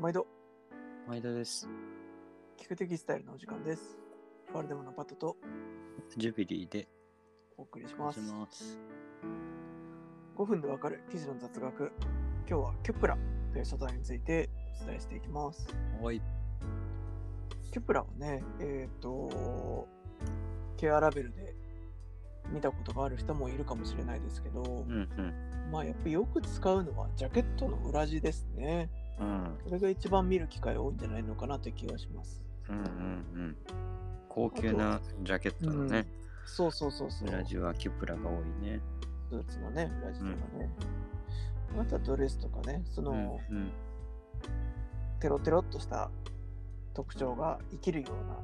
毎度、毎度です。聞く的スタイルのお時間です。ファルデムのパットとジュビリーでお送りしお願まいしす。ます。 5分でわかる記事の雑学。今日はケプラという素材についてお伝えしていきます。はい。ケプラはね、えっ、と、ケアラベルで見たことがある人もいるかもしれないですけどう、んまあやっぱりよく使うのはジャケットの裏地ですね。うん。うんこれが一番見る機会多いんじゃないのかなという気がします。うんうんうん。高級なジャケットのね、そうそうそうそう。裏地はキュプラが多いね。スーツのね、裏地とかね。あとはドレスとかね、そうんの、うん。テロテロっとした特徴が生きるような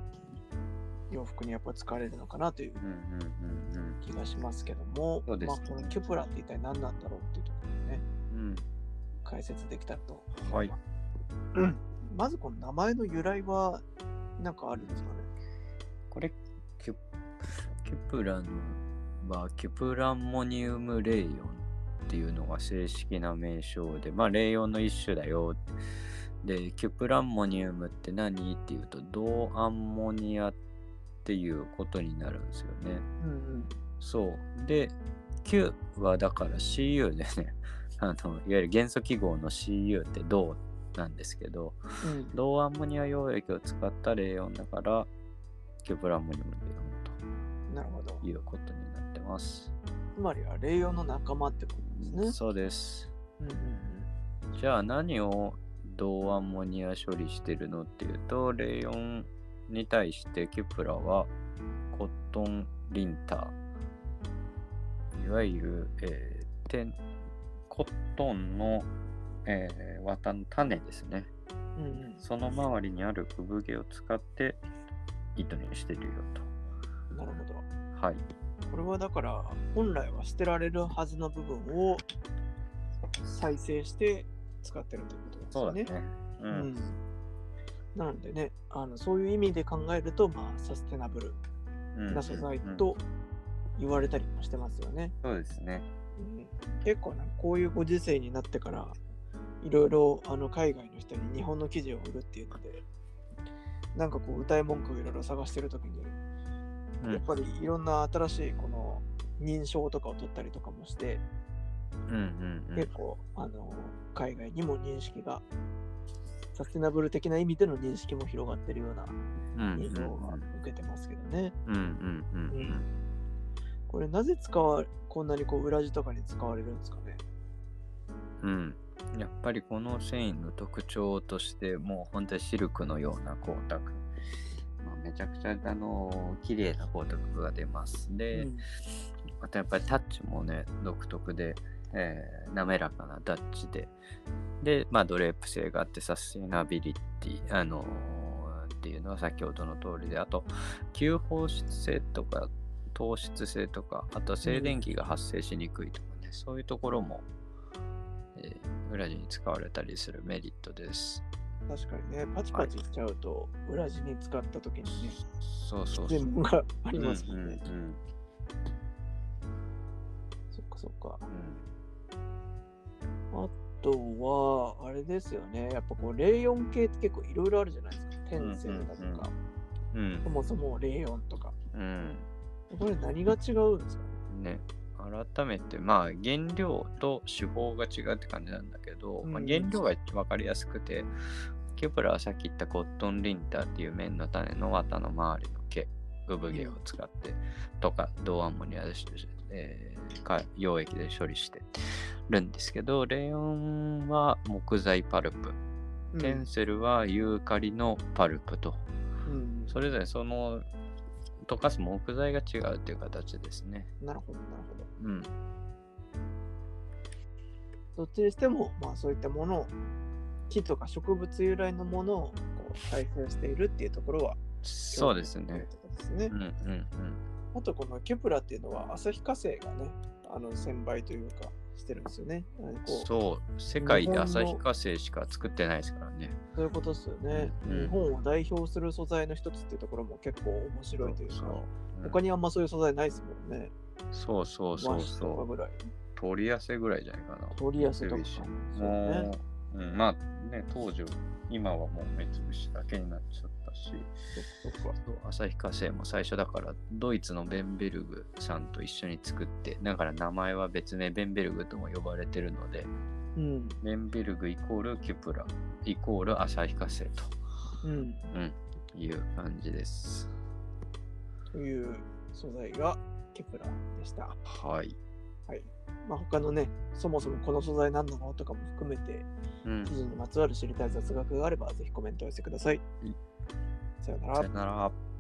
洋服にやっぱ使われるのかなといううんうんうん気がしますけども、そうですまあねこのキュプラって一体何なんだろうっていうところをね、うん。解説できたらと。うん。はい。 まずこの名前の由来は何かあるんですかねこれ、キュキュプラのはキュプランモニウムレイヨンっていうのが正式な名称で、まあ、レイヨンの一種だよって。で、キュプランモニウムって何っていうと、銅アンモニアっていうことになるんですよね。うんそう。で、Q はだから CU でね、あのいわゆる元素記号の CU って銅なんですけど、うん。うん、銅アンモニア溶液を使ったレイオンだから、キュプランモニウムレイなるほどオン。ということになってます。つまりはレイヨンの仲間ってことですね。そうです。うんうんじゃあ何を銅アンモニア処理してるのっていうと、レイオンに対してキュプラはコットンリンター、いわゆる、えーてんコットンの、えー綿の種ですね。うんうんうんその周りにある産毛を使って糸にしてるよと。なるほど。はい。これはだから本来は捨てられるはずの部分を再生して使ってるということなんですね。。う。うんなのでねあのそういう意味で考えると、まあ、サステナブルうんな素材うんと言われたりもしてますよね。そうですね。うん結構なんかこういうご時世になってからいろいろあの海外の人に日本の記事を売るっていうのでなんかこう歌い文句をいろいろ探してる時にうやっん。ぱりいろんな新しいこの認証とかを取ったりとかもしてうんうんうん結。構あの海外にも認識がサステナブル的な意味での認識も広がってるようなうん印象がう受けてますけどね。んうんうんうんうん。これなぜ使わこんなにこう裏地とかに使われるんですかね。うん、やっぱりこの繊維の特徴としてもう本当にシルクのような光沢、まあ、めちゃくちゃあの綺麗な光沢が出ますで、うんあとやっぱりタッチもね独特で、えー滑らかなタッチでで、まあ、ドレープ性があってサスティナビリティ、あのーっていうのは先ほどの通りであと吸放湿性とか透湿性とかあと静電気が発生しにくいとかね、そういうところも、えー裏地に使われたりするメリットです。確かにねパチパチしちゃうと裏地に使った時にねそうそうそう。全部がありますもうんんね。うんうんそっかそっか。うんあとはあれですよねやっぱこうレイヨン系って結構いろいろあるじゃないですか。テンセルだとか、うんそもそもレイヨンとか。うんこれ何が違うんですかねね改めてまあ原料と手法が違うって感じなんだけど、まあうん原料が分かりやすくてケプラはさっき言ったコットンリンターっていう綿の種の綿の周りの毛産毛を使ってとか銅アンモニアで、えーか溶液で処理してるんですけどレオンは木材パルプテンセルはユーカリのパルプと、うんそれぞれその溶かす木材が違うっていう形ですね。なるほど、なるほど。うんどっちにしても、まあそういったものを、木とか植物由来のものをこう再生しているっていうところは、そうですね。ということですねうんうんあとこのケプラっていうのは、旭化成がね、あの、専売というか、してるんですよね。なのでうんこうそう、世界で旭日本化成しか作ってないですからね。そういうことですよね、うん日本を代表する素材の一つっていうところも結構面白いというか、そう他にあんまそういう素材ないですもんね。そうそうそう和紙とかそう。ぐらい。取りやすいぐらいじゃないかな。取りやすいとかセビシそうねもう、うん、まあね、当時、今はもう目つぶしだけになっちゃったし、そっか。旭化成も最初だからドイツのベンベルグさんと一緒に作ってだから名前は別名ベンベルグとも呼ばれてるのでうん。ベンベルグイコールキュプライコール旭化成うん。という感じですという素材がケプラーでした。はい、まあ、他のね、そもそもこの素材何なのとかも含めて、うん、記さ事にまつわる知りたい雑学があれば、ぜひコメントを寄せてください。うんさよならよ。なら